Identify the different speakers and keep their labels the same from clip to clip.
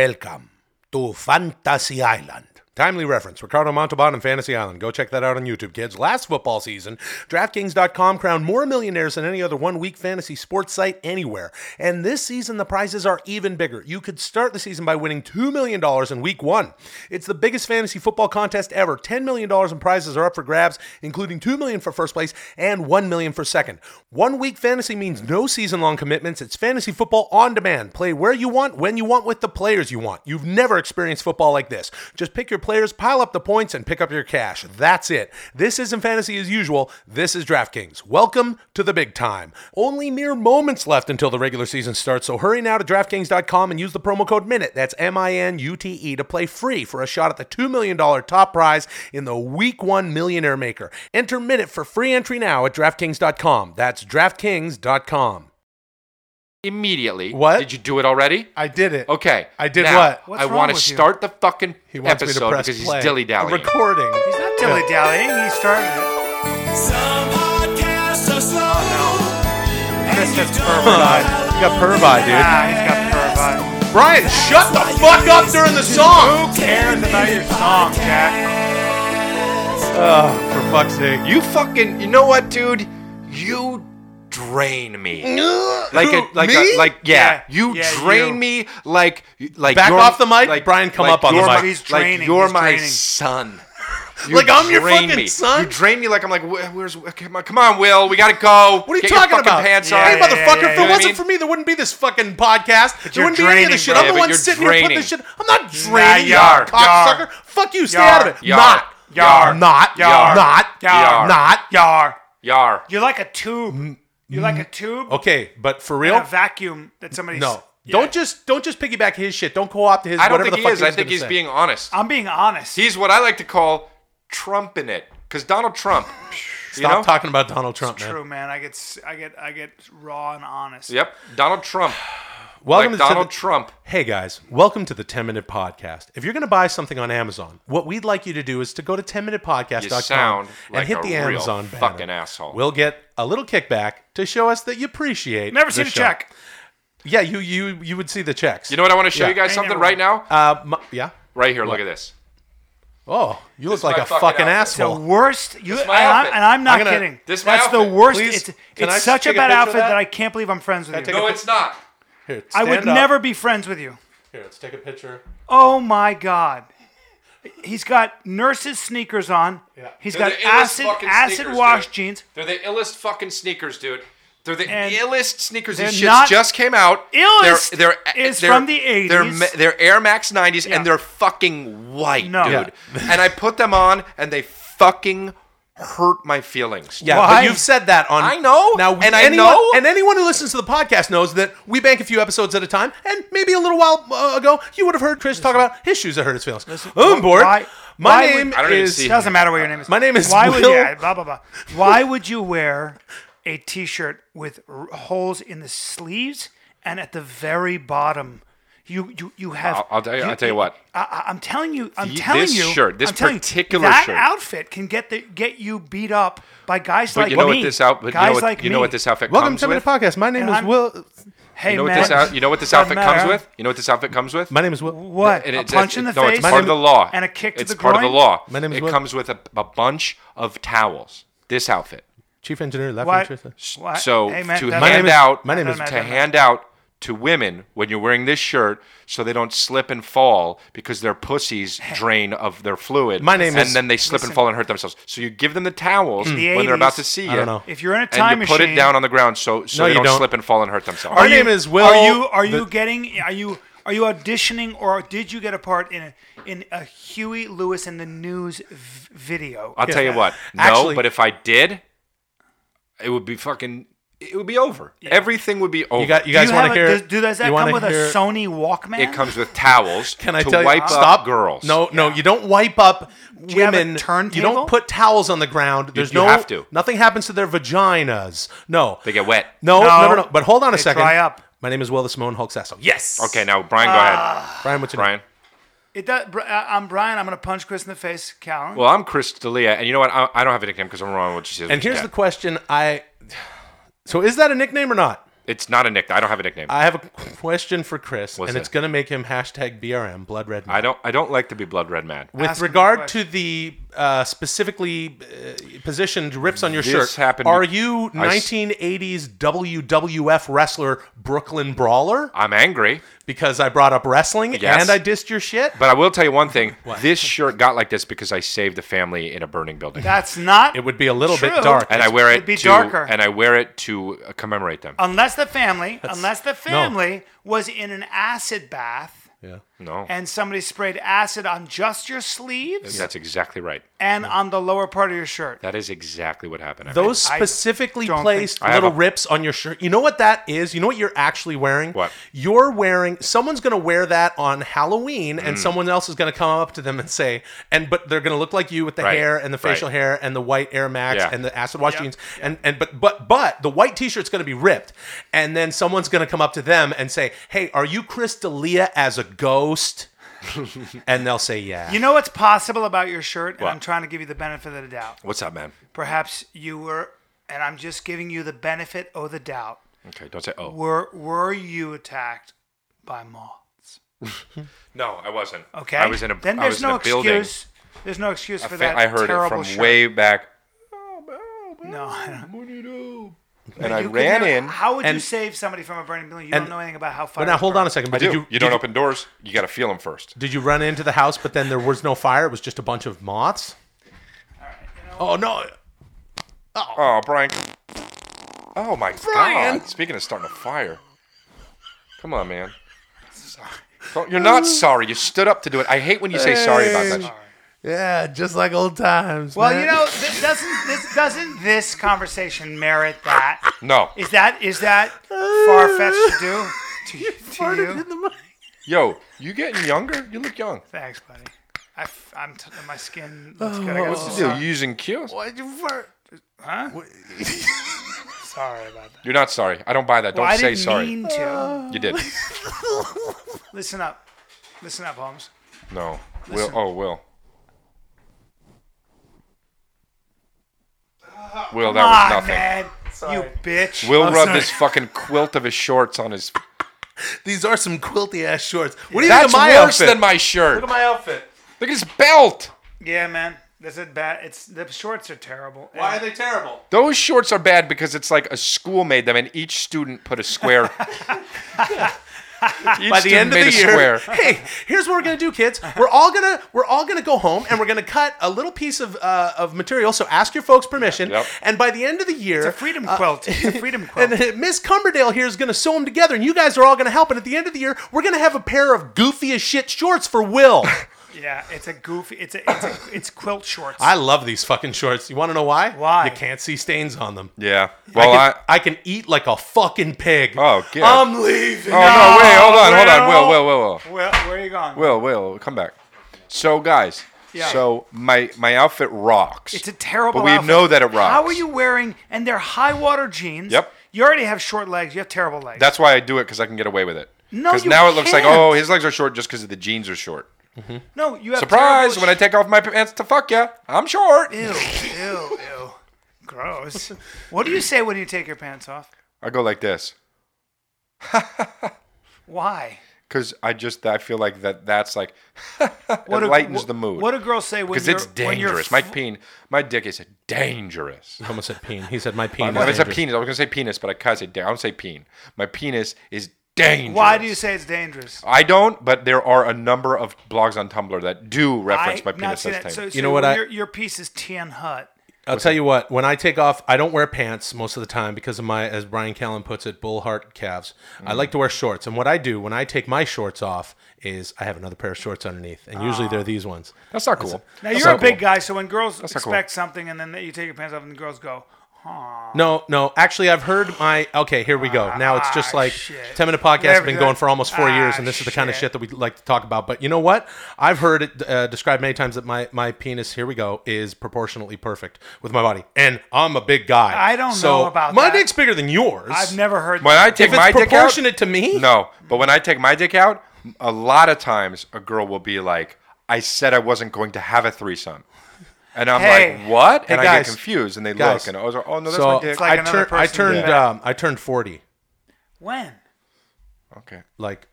Speaker 1: Welcome to Fantasy Island.
Speaker 2: Timely reference. Ricardo Montalban and Fantasy Island. Go check that out on YouTube, kids. Last football season, DraftKings.com crowned more millionaires than any other one week fantasy sports site anywhere. And this season, the prizes are even bigger. You could start the season by winning $2 million in week one. It's the biggest fantasy football contest ever. $10 million in prizes are up for grabs, including $2 million for first place and $1 million for second. One week fantasy means no season long commitments. It's fantasy football on demand. Play where you want, when you want, with the players you want. You've never experienced football like this. Just pick your players, pile up the points, and pick up your cash. That's it. This isn't fantasy as usual. This is DraftKings. Welcome to the big time. Only mere moments left until the regular season starts, so hurry now to DraftKings.com and use the promo code MINUTE, that's M I N U T E, to play free for a shot at the $2 million top prize in the Week 1 Millionaire Maker. Enter MINUTE for free entry now at DraftKings.com. That's DraftKings.com.
Speaker 3: immediately.
Speaker 2: What?
Speaker 3: Did you do it already?
Speaker 2: I did it.
Speaker 3: Okay.
Speaker 2: I did
Speaker 3: now,
Speaker 2: what?
Speaker 3: I
Speaker 4: What's wrong
Speaker 3: want to
Speaker 4: with you?
Speaker 3: start the fucking
Speaker 2: He wants me to
Speaker 3: episode
Speaker 2: press
Speaker 3: because
Speaker 2: play.
Speaker 3: he's dilly dallying.
Speaker 2: Recording.
Speaker 4: He's not dilly dallying. He started it.
Speaker 5: Some podcasts are slow.
Speaker 4: Chris has
Speaker 2: Pervi.
Speaker 4: pervide.
Speaker 2: You got pervi, dude.
Speaker 4: Ah, he's got pervide.
Speaker 2: Brian, shut the fuck up during the song.
Speaker 4: Who cares about your song, Jack?
Speaker 2: Oh, for fuck's sake.
Speaker 3: You fucking. You know what, dude? You drain me. Like a like
Speaker 2: me?
Speaker 3: a like yeah,
Speaker 4: Yeah,
Speaker 3: you
Speaker 4: yeah,
Speaker 3: drain
Speaker 4: you.
Speaker 3: me like like
Speaker 2: Back
Speaker 3: you're-
Speaker 2: off the mic? Brian, come up on the
Speaker 3: you're
Speaker 2: mic.
Speaker 3: my-
Speaker 4: He's
Speaker 3: like
Speaker 4: draining,
Speaker 3: you're
Speaker 4: he's
Speaker 3: my
Speaker 4: draining.
Speaker 3: son. You
Speaker 2: Like, I'm your
Speaker 3: drain
Speaker 2: fucking
Speaker 3: me.
Speaker 2: son?
Speaker 3: You drain me like I'm like "Wh- where's come on, come on Will we gotta go.
Speaker 2: What are you
Speaker 3: Get your
Speaker 2: talking
Speaker 3: fucking
Speaker 2: about?
Speaker 3: Pants
Speaker 2: hey,
Speaker 3: on.
Speaker 4: yeah,
Speaker 2: motherfucker, if
Speaker 4: yeah, yeah.
Speaker 2: it
Speaker 4: You know what I
Speaker 2: wasn't
Speaker 3: mean?
Speaker 2: for me, there wouldn't be this fucking podcast. There
Speaker 4: you're
Speaker 2: wouldn't be any of
Speaker 4: draining,
Speaker 2: this shit.
Speaker 4: bro.
Speaker 2: I'm
Speaker 3: Yeah,
Speaker 2: the
Speaker 3: but
Speaker 2: one
Speaker 3: you're
Speaker 2: sitting here putting this shit.
Speaker 3: draining.
Speaker 2: I'm not draining you,
Speaker 4: yar,
Speaker 2: cocksucker. Fuck you, stay
Speaker 4: Yar,
Speaker 2: out of it.
Speaker 3: yar,
Speaker 2: not.
Speaker 4: yar,
Speaker 2: Not.
Speaker 4: yar,
Speaker 2: Not.
Speaker 4: yar,
Speaker 2: Not.
Speaker 4: Yar.
Speaker 3: Yar.
Speaker 4: You're like a tube. You're like a tube.
Speaker 2: Okay, but for
Speaker 4: in
Speaker 2: real?
Speaker 4: a vacuum that somebody's.
Speaker 2: No.
Speaker 4: Yeah.
Speaker 2: Don't just don't just piggyback his shit. Don't co-opt his
Speaker 3: I don't
Speaker 2: whatever
Speaker 3: think
Speaker 2: the
Speaker 3: he
Speaker 2: fuck
Speaker 3: is. I
Speaker 2: was
Speaker 3: think
Speaker 2: gonna
Speaker 3: he's
Speaker 2: say.
Speaker 3: being honest.
Speaker 4: I'm being honest.
Speaker 3: He's what I like to call trumping it. Because Donald Trump. you
Speaker 2: Stop
Speaker 3: know?
Speaker 2: talking about Donald Trump, man.
Speaker 4: True, man. I get, s- I get, I get raw and honest.
Speaker 3: Yep. Donald Trump.
Speaker 2: Welcome
Speaker 3: like
Speaker 2: to
Speaker 3: Donald
Speaker 2: the-
Speaker 3: Trump.
Speaker 2: Hey guys, welcome to the 10 Minute Podcast. If you're going to buy something on Amazon, what we'd like you to do is to go to 10minutepodcast.com
Speaker 3: You sound
Speaker 2: and
Speaker 3: like
Speaker 2: hit
Speaker 3: a
Speaker 2: the
Speaker 3: real
Speaker 2: Amazon banner.
Speaker 3: fucking asshole.
Speaker 2: We'll get a little kickback to show us that you appreciate.
Speaker 4: Never
Speaker 2: the
Speaker 4: seen a
Speaker 2: show.
Speaker 4: check.
Speaker 2: Yeah, you you you would see the checks.
Speaker 3: You know what I want to show
Speaker 2: Yeah.
Speaker 3: you guys
Speaker 4: I
Speaker 3: something
Speaker 4: never-
Speaker 3: right now?
Speaker 2: Uh, my- yeah.
Speaker 3: Right here, look at this.
Speaker 2: Oh, you
Speaker 3: is
Speaker 2: look like
Speaker 3: my
Speaker 2: a
Speaker 3: fucking
Speaker 2: fucking
Speaker 3: outfit.
Speaker 4: The
Speaker 2: asshole.
Speaker 4: worst.
Speaker 3: This
Speaker 4: You
Speaker 3: is
Speaker 4: and
Speaker 3: my
Speaker 4: I'm,
Speaker 3: outfit.
Speaker 4: and I'm not
Speaker 2: I'm gonna-
Speaker 4: kidding.
Speaker 3: this is my
Speaker 4: That's the
Speaker 3: outfit.
Speaker 4: worst.
Speaker 2: Please,
Speaker 4: it's
Speaker 2: can I
Speaker 4: it's such a
Speaker 2: take a
Speaker 4: bad
Speaker 2: picture of
Speaker 4: outfit
Speaker 2: that?
Speaker 4: that? I can't believe I'm friends with
Speaker 2: take
Speaker 4: you.
Speaker 2: a-
Speaker 3: No, it's not.
Speaker 2: Here,
Speaker 4: I would
Speaker 2: stand up.
Speaker 4: never be friends with you.
Speaker 2: Here, let's take a picture.
Speaker 4: Oh my god. He's got nurse's sneakers on. He's
Speaker 3: They're
Speaker 4: got
Speaker 3: the illest
Speaker 4: acid
Speaker 3: fucking
Speaker 4: acid
Speaker 3: sneakers,
Speaker 4: wash
Speaker 3: dude.
Speaker 4: jeans.
Speaker 3: They're the illest fucking sneakers, dude. They're the
Speaker 4: And
Speaker 3: illest sneakers. These
Speaker 4: they're
Speaker 3: shits
Speaker 4: not-
Speaker 3: just came out.
Speaker 4: Illest
Speaker 3: they're, they're,
Speaker 4: is
Speaker 3: they're-
Speaker 4: from the
Speaker 3: They're,
Speaker 4: 80s.
Speaker 3: ma- they're Air Max 90s,
Speaker 4: Yeah.
Speaker 3: and they're fucking white,
Speaker 4: No.
Speaker 3: dude. and I put them on, and they fucking hurt my feelings.
Speaker 2: Yeah,
Speaker 4: Why?
Speaker 2: but you've said that on.
Speaker 3: I know,
Speaker 2: Now,
Speaker 3: and I
Speaker 2: anyone,
Speaker 3: know.
Speaker 2: and anyone who listens to the podcast knows that we bank a few episodes at a time. And maybe a little while uh, ago, you would have heard Chris talk about his shoes that hurt his feelings.
Speaker 4: wh-
Speaker 2: I'm bored.
Speaker 4: why-
Speaker 2: my
Speaker 4: why would-
Speaker 2: name
Speaker 3: I don't even
Speaker 2: is.
Speaker 3: see him.
Speaker 4: Doesn't matter what your name is.
Speaker 2: My name is
Speaker 4: Why would
Speaker 2: Will-
Speaker 4: yeah, blah blah blah. Why would you wear a t-shirt with r- holes in the sleeves and at the very bottom? You you you have.
Speaker 3: I'll- I'll tell you- I'll tell you what.
Speaker 4: I, am telling you. I'm
Speaker 3: The-
Speaker 4: telling
Speaker 3: this
Speaker 4: you.
Speaker 3: shirt, this
Speaker 4: I'm telling you,
Speaker 3: particular
Speaker 4: that
Speaker 3: shirt.
Speaker 4: outfit can get the get you beat up by guys
Speaker 3: But
Speaker 4: like
Speaker 3: you know
Speaker 4: me.
Speaker 3: what this outfit? You
Speaker 4: guys
Speaker 3: know what,
Speaker 4: like
Speaker 3: you know what
Speaker 4: me.
Speaker 3: this outfit
Speaker 2: Welcome
Speaker 3: comes
Speaker 2: to the
Speaker 3: with?
Speaker 2: podcast. My name
Speaker 4: And
Speaker 2: is
Speaker 4: I'm-
Speaker 2: Will.
Speaker 4: Hey
Speaker 3: You know what
Speaker 4: man.
Speaker 3: this out? You know what this
Speaker 4: doesn't
Speaker 3: outfit comes
Speaker 4: matter.
Speaker 3: with? You know what this outfit comes with?
Speaker 2: My name is Will.
Speaker 4: What?
Speaker 3: And
Speaker 4: a
Speaker 3: it's-
Speaker 4: punch in the
Speaker 3: it's- no,
Speaker 4: face.
Speaker 3: It's part of the law.
Speaker 4: And a kick to
Speaker 3: it's
Speaker 4: the
Speaker 3: part of the
Speaker 4: groin?
Speaker 3: law.
Speaker 2: My name is
Speaker 3: it
Speaker 2: Will.
Speaker 3: comes with a, a bunch of towels. This outfit.
Speaker 2: Chief Engineer Left
Speaker 4: Why-
Speaker 2: Interest.
Speaker 4: why-
Speaker 3: So
Speaker 4: hey, man,
Speaker 3: to
Speaker 4: that-
Speaker 3: hand
Speaker 2: My name is-
Speaker 3: out,
Speaker 2: my name
Speaker 4: that
Speaker 2: is-
Speaker 4: doesn't
Speaker 3: to
Speaker 4: matter.
Speaker 3: hand out to women when you're wearing this shirt, so they don't slip and fall because their pussies drain of their fluid.
Speaker 2: My name
Speaker 3: and
Speaker 2: is-
Speaker 3: then they slip and fall and hurt themselves. So you give them the towels
Speaker 4: Mm. the
Speaker 3: when they're about to
Speaker 4: 80s,
Speaker 3: see you.
Speaker 2: I don't know.
Speaker 4: If you're in a
Speaker 3: and
Speaker 4: time
Speaker 3: you put
Speaker 4: machine,
Speaker 3: it down on the ground so
Speaker 2: No,
Speaker 3: so they
Speaker 2: you
Speaker 3: don't,
Speaker 2: don't.
Speaker 3: slip and fall and hurt themselves.
Speaker 2: Our
Speaker 4: Are
Speaker 2: name
Speaker 4: you-
Speaker 2: is Will.
Speaker 4: Are you are you
Speaker 2: The-
Speaker 4: getting are you are you auditioning or did you get a part in a, in a Huey Lewis in the News v- video?
Speaker 3: I'll tell you what. No,
Speaker 2: Actually-
Speaker 3: but if I did, it would be fucking. It would be over. Everything would be over.
Speaker 2: You, got, you
Speaker 4: Do
Speaker 2: guys
Speaker 4: you
Speaker 2: want
Speaker 4: have
Speaker 2: to
Speaker 4: a-
Speaker 2: hear?
Speaker 4: does, do- does that
Speaker 2: you
Speaker 4: come
Speaker 2: wanna
Speaker 4: with
Speaker 2: hear-
Speaker 4: a Sony Walkman?
Speaker 3: It comes with towels.
Speaker 2: Can I
Speaker 3: to
Speaker 2: tell
Speaker 3: wipe
Speaker 2: you?
Speaker 3: up
Speaker 2: Stop,
Speaker 3: girls.
Speaker 2: No, no, you don't wipe up
Speaker 4: you have a
Speaker 2: women. you
Speaker 4: turntable?
Speaker 2: don't put towels on the ground. There's
Speaker 3: you
Speaker 2: no.
Speaker 3: have to.
Speaker 2: Nothing happens to their vaginas. No,
Speaker 3: They get wet.
Speaker 2: No, no,
Speaker 4: No.
Speaker 2: no, no. But hold on a
Speaker 4: They
Speaker 2: second.
Speaker 4: dry up.
Speaker 2: My name is Will the Simone Hulk Sasso. Yes.
Speaker 3: Okay, now Brian, go ahead.
Speaker 2: Brian, what's your
Speaker 3: Brian.
Speaker 2: name?
Speaker 4: It does, Bri- I- I'm Brian. I'm gonna punch Chris in the face, Callan.
Speaker 3: Well, I'm Chris D'Elia, and you know what? I, I don't have a nickname because I'm wrong with what she says.
Speaker 2: And here's the question: I. So is that a nickname or not?
Speaker 3: It's not a nickname. I don't have a nickname. I,
Speaker 2: I have a question for Chris,
Speaker 3: What's
Speaker 2: and it's
Speaker 3: that?
Speaker 2: going to make him hashtag BRM, blood red. Man.
Speaker 3: don't. I don't like to be blood red mad.
Speaker 2: With
Speaker 4: Ask him the
Speaker 2: regard to
Speaker 4: question.
Speaker 2: the uh, specifically uh, positioned rips on your
Speaker 3: This
Speaker 2: shirt,
Speaker 3: happened-
Speaker 2: are you
Speaker 3: I s-
Speaker 2: 1980s WWF wrestler Brooklyn Brawler?
Speaker 3: I'm angry,
Speaker 2: Because I brought up wrestling
Speaker 3: Yes.
Speaker 2: and I dissed your shit?
Speaker 3: but I will tell you one thing. this shirt got like this because I saved a family in a burning building,
Speaker 4: That's not.
Speaker 2: It would be a little bit
Speaker 4: True.
Speaker 2: dark.
Speaker 3: and I wear it
Speaker 4: It'd be
Speaker 3: to,
Speaker 4: darker.
Speaker 3: and I wear it to uh, commemorate
Speaker 2: Oh.
Speaker 3: them.
Speaker 4: unless the family, unless the family was in an acid bath
Speaker 3: no,
Speaker 4: and somebody sprayed acid on just your sleeves
Speaker 3: that's exactly right.
Speaker 4: and on the lower part of your shirt.
Speaker 3: That is exactly what happened. I
Speaker 2: Those
Speaker 4: I
Speaker 2: specifically
Speaker 4: don't
Speaker 2: placed
Speaker 4: think-
Speaker 3: I have
Speaker 2: little
Speaker 3: a-
Speaker 2: rips on your shirt. You know what that is? You know what you're actually wearing?
Speaker 3: What?
Speaker 2: You're wearing someone's going to wear that on Halloween and
Speaker 3: Mm.
Speaker 2: someone else is going to come up to them and say and but they're going to look like you with the
Speaker 3: Right.
Speaker 2: hair and the facial
Speaker 3: Right.
Speaker 2: hair and the white Air Max
Speaker 3: Yeah.
Speaker 2: and the acid wash jeans and and but but but the white t-shirt's going to be ripped and then someone's going to come up to them and say, "Hey, are you Chris D'Elia as a ghost?" and they'll say, "Yeah."
Speaker 4: You know what's possible about your shirt, and
Speaker 3: What?
Speaker 4: I'm trying to give you the benefit of the doubt.
Speaker 3: What's up, man?
Speaker 4: Perhaps you were, and I'm just giving you the benefit of the doubt.
Speaker 3: Okay, don't say oh.
Speaker 4: Were were you attacked by moths?
Speaker 3: No, I wasn't.
Speaker 4: Okay.
Speaker 3: I was in a.
Speaker 4: Then
Speaker 3: I
Speaker 4: there's
Speaker 3: was
Speaker 4: no
Speaker 3: in a building.
Speaker 4: excuse. There's no excuse
Speaker 3: I,
Speaker 4: for
Speaker 3: fa-
Speaker 4: that.
Speaker 3: I heard it
Speaker 4: terrible
Speaker 3: from
Speaker 4: shirt.
Speaker 3: way back.
Speaker 4: No, I don't.
Speaker 3: And I
Speaker 4: You could
Speaker 3: ran
Speaker 4: never-
Speaker 3: in.
Speaker 4: How would you
Speaker 2: and-
Speaker 4: save somebody from a burning building? You
Speaker 2: and-
Speaker 4: don't know anything about how fire.
Speaker 2: But now hold on a second. But
Speaker 3: I do.
Speaker 2: did
Speaker 3: You,
Speaker 2: you
Speaker 3: don't
Speaker 2: did
Speaker 3: open doors. You got to feel them first.
Speaker 2: Did you run into the house, but then there was no fire? It was just a bunch of moths? Oh, no.
Speaker 3: Oh, Brian. Oh my God! Speaking of starting a fire, come on, man. Don't- You're not sorry. You stood up to do it. I hate when you say sorry about that.
Speaker 2: Yeah, just like old times.
Speaker 4: Well, you know, this doesn't this doesn't this conversation merit that?
Speaker 3: No,
Speaker 4: Is that is that far fetched to do? To, you to you?
Speaker 3: yo, you getting younger? You look young.
Speaker 4: Thanks, buddy. I, am t- my skin looks
Speaker 2: Oh,
Speaker 4: good. I got
Speaker 3: What's
Speaker 4: some
Speaker 3: the deal?
Speaker 4: sun.
Speaker 3: You using cues?
Speaker 4: Sorry about that.
Speaker 3: You're not sorry. I don't buy that. Don't
Speaker 4: Well, I
Speaker 3: say
Speaker 4: didn't
Speaker 3: sorry.
Speaker 4: mean to.
Speaker 3: You did.
Speaker 4: Listen up. Listen up, Holmes.
Speaker 3: No. Will.
Speaker 4: Listen.
Speaker 3: Oh, Will. Will, that was
Speaker 4: Ah,
Speaker 3: nothing.
Speaker 4: man. You bitch.
Speaker 2: Oh,
Speaker 3: Will
Speaker 4: I'm
Speaker 3: rubbed
Speaker 4: sorry.
Speaker 3: his fucking quilt of his shorts on his.
Speaker 2: These are some quilty ass shorts. What do you think
Speaker 3: That's
Speaker 2: of my
Speaker 3: worse
Speaker 2: outfit?
Speaker 3: than my shirt.
Speaker 2: Look
Speaker 3: Look
Speaker 2: at my outfit.
Speaker 3: at his belt.
Speaker 4: Yeah, man. This is bad. It's the shorts are terrible.
Speaker 2: Why are they terrible?
Speaker 3: Those shorts are bad because it's like a school made them, and each student put a square. each
Speaker 2: By the
Speaker 3: student
Speaker 2: end of
Speaker 3: made
Speaker 2: the
Speaker 3: a
Speaker 2: year,
Speaker 3: square.
Speaker 2: hey, here's what we're gonna do, kids. We're all gonna we're all gonna go home and we're gonna cut a little piece of uh, of material. So ask your folks permission.
Speaker 3: Yep.
Speaker 2: And by the end of the year,
Speaker 4: It's a freedom quilt. It's a freedom quilt.
Speaker 2: Uh, And then Miss Cumberdale here is going to sew them together, and you guys are all going to help. And at the end of the year, we're going to have a pair of goofy as shit shorts for Will.
Speaker 4: yeah, it's a goofy. It's a it's, a, it's quilt shorts.
Speaker 2: I love these fucking shorts. You want to know why?
Speaker 4: Why?
Speaker 2: You can't see stains on them.
Speaker 3: Yeah. Well,
Speaker 2: I
Speaker 3: I.
Speaker 2: can, I can eat like a fucking pig.
Speaker 3: Oh, good.
Speaker 2: I'm leaving.
Speaker 3: oh no! Wait, hold on, hold on. Will, Will,
Speaker 4: Will.
Speaker 3: Will, Will.
Speaker 4: Will, where are you going?
Speaker 3: Will, Will, come back. So, guys,
Speaker 4: Yeah.
Speaker 3: so my my outfit rocks.
Speaker 4: It's a terrible.
Speaker 3: But we
Speaker 4: outfit.
Speaker 3: know that it rocks.
Speaker 4: How are you wearing? And they're high water jeans.
Speaker 3: Yep.
Speaker 4: You already have short legs. You have terrible legs.
Speaker 3: That's why I do it because I can get away with it.
Speaker 4: No,
Speaker 3: Because
Speaker 4: you
Speaker 3: now it looks like
Speaker 4: can't.
Speaker 3: oh, his legs are short just because the jeans are short.
Speaker 4: no. You have
Speaker 3: Surprise!
Speaker 4: terrible
Speaker 3: When I take off my pants to fuck ya, I'm short.
Speaker 4: sh- ew ew ew. Gross. what do you say when you take your pants off?
Speaker 3: I go like this
Speaker 4: Why?
Speaker 3: because I just I feel like that that's like it
Speaker 4: What a-
Speaker 3: lightens
Speaker 4: wh-
Speaker 3: the mood.
Speaker 4: What do girls say when
Speaker 3: because
Speaker 4: you're
Speaker 3: it's
Speaker 4: when you're
Speaker 3: dangerous. My
Speaker 4: fl-
Speaker 3: peen, my dick is dangerous.
Speaker 2: almost said peen. He said my peen.
Speaker 3: Well,
Speaker 2: is
Speaker 3: it's a
Speaker 2: dangerous.
Speaker 3: penis. I was gonna say penis, but I can't say. da- I don't say peen. My penis is dangerous.
Speaker 4: Why do you say it's dangerous?
Speaker 3: I don't, but there are a number of blogs on Tumblr that do reference Oh, my
Speaker 4: I've not
Speaker 3: penis
Speaker 4: seen
Speaker 3: as
Speaker 4: that. So,
Speaker 3: dangerous.
Speaker 4: so
Speaker 2: You know what I-
Speaker 4: Your, your piece is Tian Hut.
Speaker 2: I'll tell you what. When I take off, I don't wear pants most of the time because of my, as Brian Callen puts it, bull heart calves.
Speaker 3: Mm.
Speaker 2: I like to wear shorts, and what I do when I take my shorts off is I have another pair of shorts underneath, and usually they're these ones.
Speaker 3: That's not cool.
Speaker 4: Now
Speaker 3: That's
Speaker 4: you're a
Speaker 3: not cool.
Speaker 4: big guy, so when girls
Speaker 3: not cool.
Speaker 4: expect something and then you take your pants off and the girls go,
Speaker 2: No, no. Actually, I've heard my. Okay, here we go. Now it's just
Speaker 4: Ah,
Speaker 2: like
Speaker 4: shit.
Speaker 2: ten minute podcast has
Speaker 4: Never
Speaker 2: been
Speaker 4: did.
Speaker 2: going for almost four years,
Speaker 4: Ah,
Speaker 2: and this is the kind of
Speaker 4: shit.
Speaker 2: shit that we like to talk about. But you know what? I've heard it uh, described many times that my my penis. Here we go. Is proportionately perfect with my body, and I'm a big guy.
Speaker 4: I don't
Speaker 2: so
Speaker 4: know about
Speaker 2: my
Speaker 4: that.
Speaker 2: dick's bigger than yours.
Speaker 4: I've never heard
Speaker 3: When
Speaker 4: that.
Speaker 3: I take
Speaker 2: if it's
Speaker 3: my dick out,
Speaker 2: proportionate to me,
Speaker 3: no. But when I take my dick out, a lot of times a girl will be like, "I said I wasn't going to have a threesome," and I'm
Speaker 4: Hey.
Speaker 3: like, "What?" And
Speaker 2: Hey,
Speaker 3: I get
Speaker 2: guys.
Speaker 3: confused, and they
Speaker 2: Guys.
Speaker 3: look, and I was like, "Oh no, that's
Speaker 2: so
Speaker 3: my dick."
Speaker 4: like
Speaker 2: I,
Speaker 4: another
Speaker 2: tur- I
Speaker 4: person's
Speaker 2: turned
Speaker 4: back.
Speaker 2: um, I turned forty
Speaker 4: When?
Speaker 3: Okay.
Speaker 2: like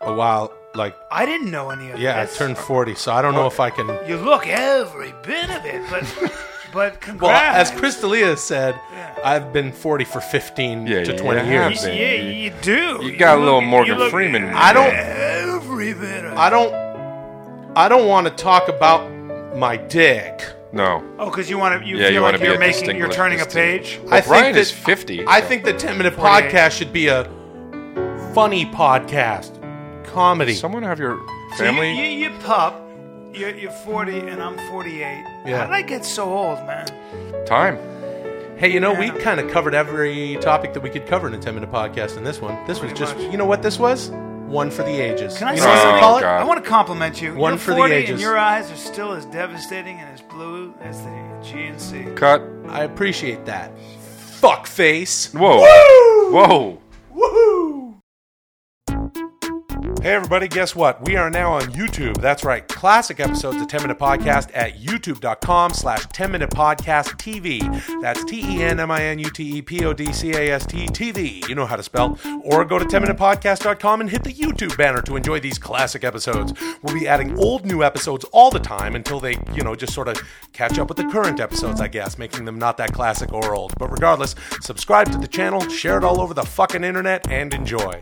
Speaker 2: a while. Like
Speaker 4: I didn't know any of
Speaker 2: yeah, I
Speaker 4: this.
Speaker 2: turned forty, so I don't know if I can. Well,
Speaker 4: You look every bit of it, but but
Speaker 2: as
Speaker 4: congrats.
Speaker 2: Crystalia said, I've been forty for fifteen
Speaker 3: Yeah,
Speaker 2: to
Speaker 3: yeah,
Speaker 2: twenty
Speaker 3: yeah.
Speaker 2: years.
Speaker 3: as-
Speaker 4: yeah, you do.
Speaker 3: You got a little
Speaker 4: look-
Speaker 3: Morgan
Speaker 4: you look
Speaker 3: Freeman.
Speaker 2: I don't.
Speaker 4: Every bit of.
Speaker 2: I don't. I don't want to talk about my dick.
Speaker 3: No.
Speaker 4: Oh, because you want to. You
Speaker 3: Yeah,
Speaker 4: feel
Speaker 3: you wanna
Speaker 4: like
Speaker 3: be
Speaker 4: you're
Speaker 3: a
Speaker 4: making. You're
Speaker 3: distinguished-
Speaker 4: turning a
Speaker 3: distinguished-
Speaker 4: page.
Speaker 2: I think
Speaker 3: Brian
Speaker 2: that-
Speaker 3: is 50.
Speaker 2: I think the ten minute
Speaker 4: 48.
Speaker 2: podcast should be a funny podcast, comedy.
Speaker 3: Someone have your
Speaker 4: So you,
Speaker 3: family?
Speaker 4: you, you pup. You're, you're 40 and I'm 48.
Speaker 2: Yeah.
Speaker 4: How did I get so old, man?
Speaker 3: Time.
Speaker 2: Hey, you know, we kind of covered every topic that we could cover in a 10 minute podcast in this one. This was just, you know what this was? One for the ages.
Speaker 4: Can I
Speaker 2: you
Speaker 4: say
Speaker 2: know what we
Speaker 4: something?
Speaker 2: call it?
Speaker 3: Oh, God.
Speaker 4: I want to compliment you.
Speaker 2: One
Speaker 4: You're
Speaker 2: for the
Speaker 4: 40
Speaker 2: ages.
Speaker 4: And your eyes are still as devastating and as blue as the GNC.
Speaker 3: Cut.
Speaker 2: I appreciate that. Fuck face.
Speaker 3: Whoa. Whoa.
Speaker 2: Woohoo! Hey, everybody, guess what? We are now on YouTube. That's right. Classic episodes of 10 Minute Podcast at youtube.com slash 10 Minute Podcast TV. That's T E N M I N U T E P O D C A S T TV. You know how to spell. Or go to 10minutepodcast.com and hit the YouTube banner to enjoy these classic episodes. We'll be adding old new episodes all the time until they, you know, just sort of catch up with the current episodes, I guess, making them not that classic or old. But regardless, subscribe to the channel, share it all over the fucking internet, and enjoy.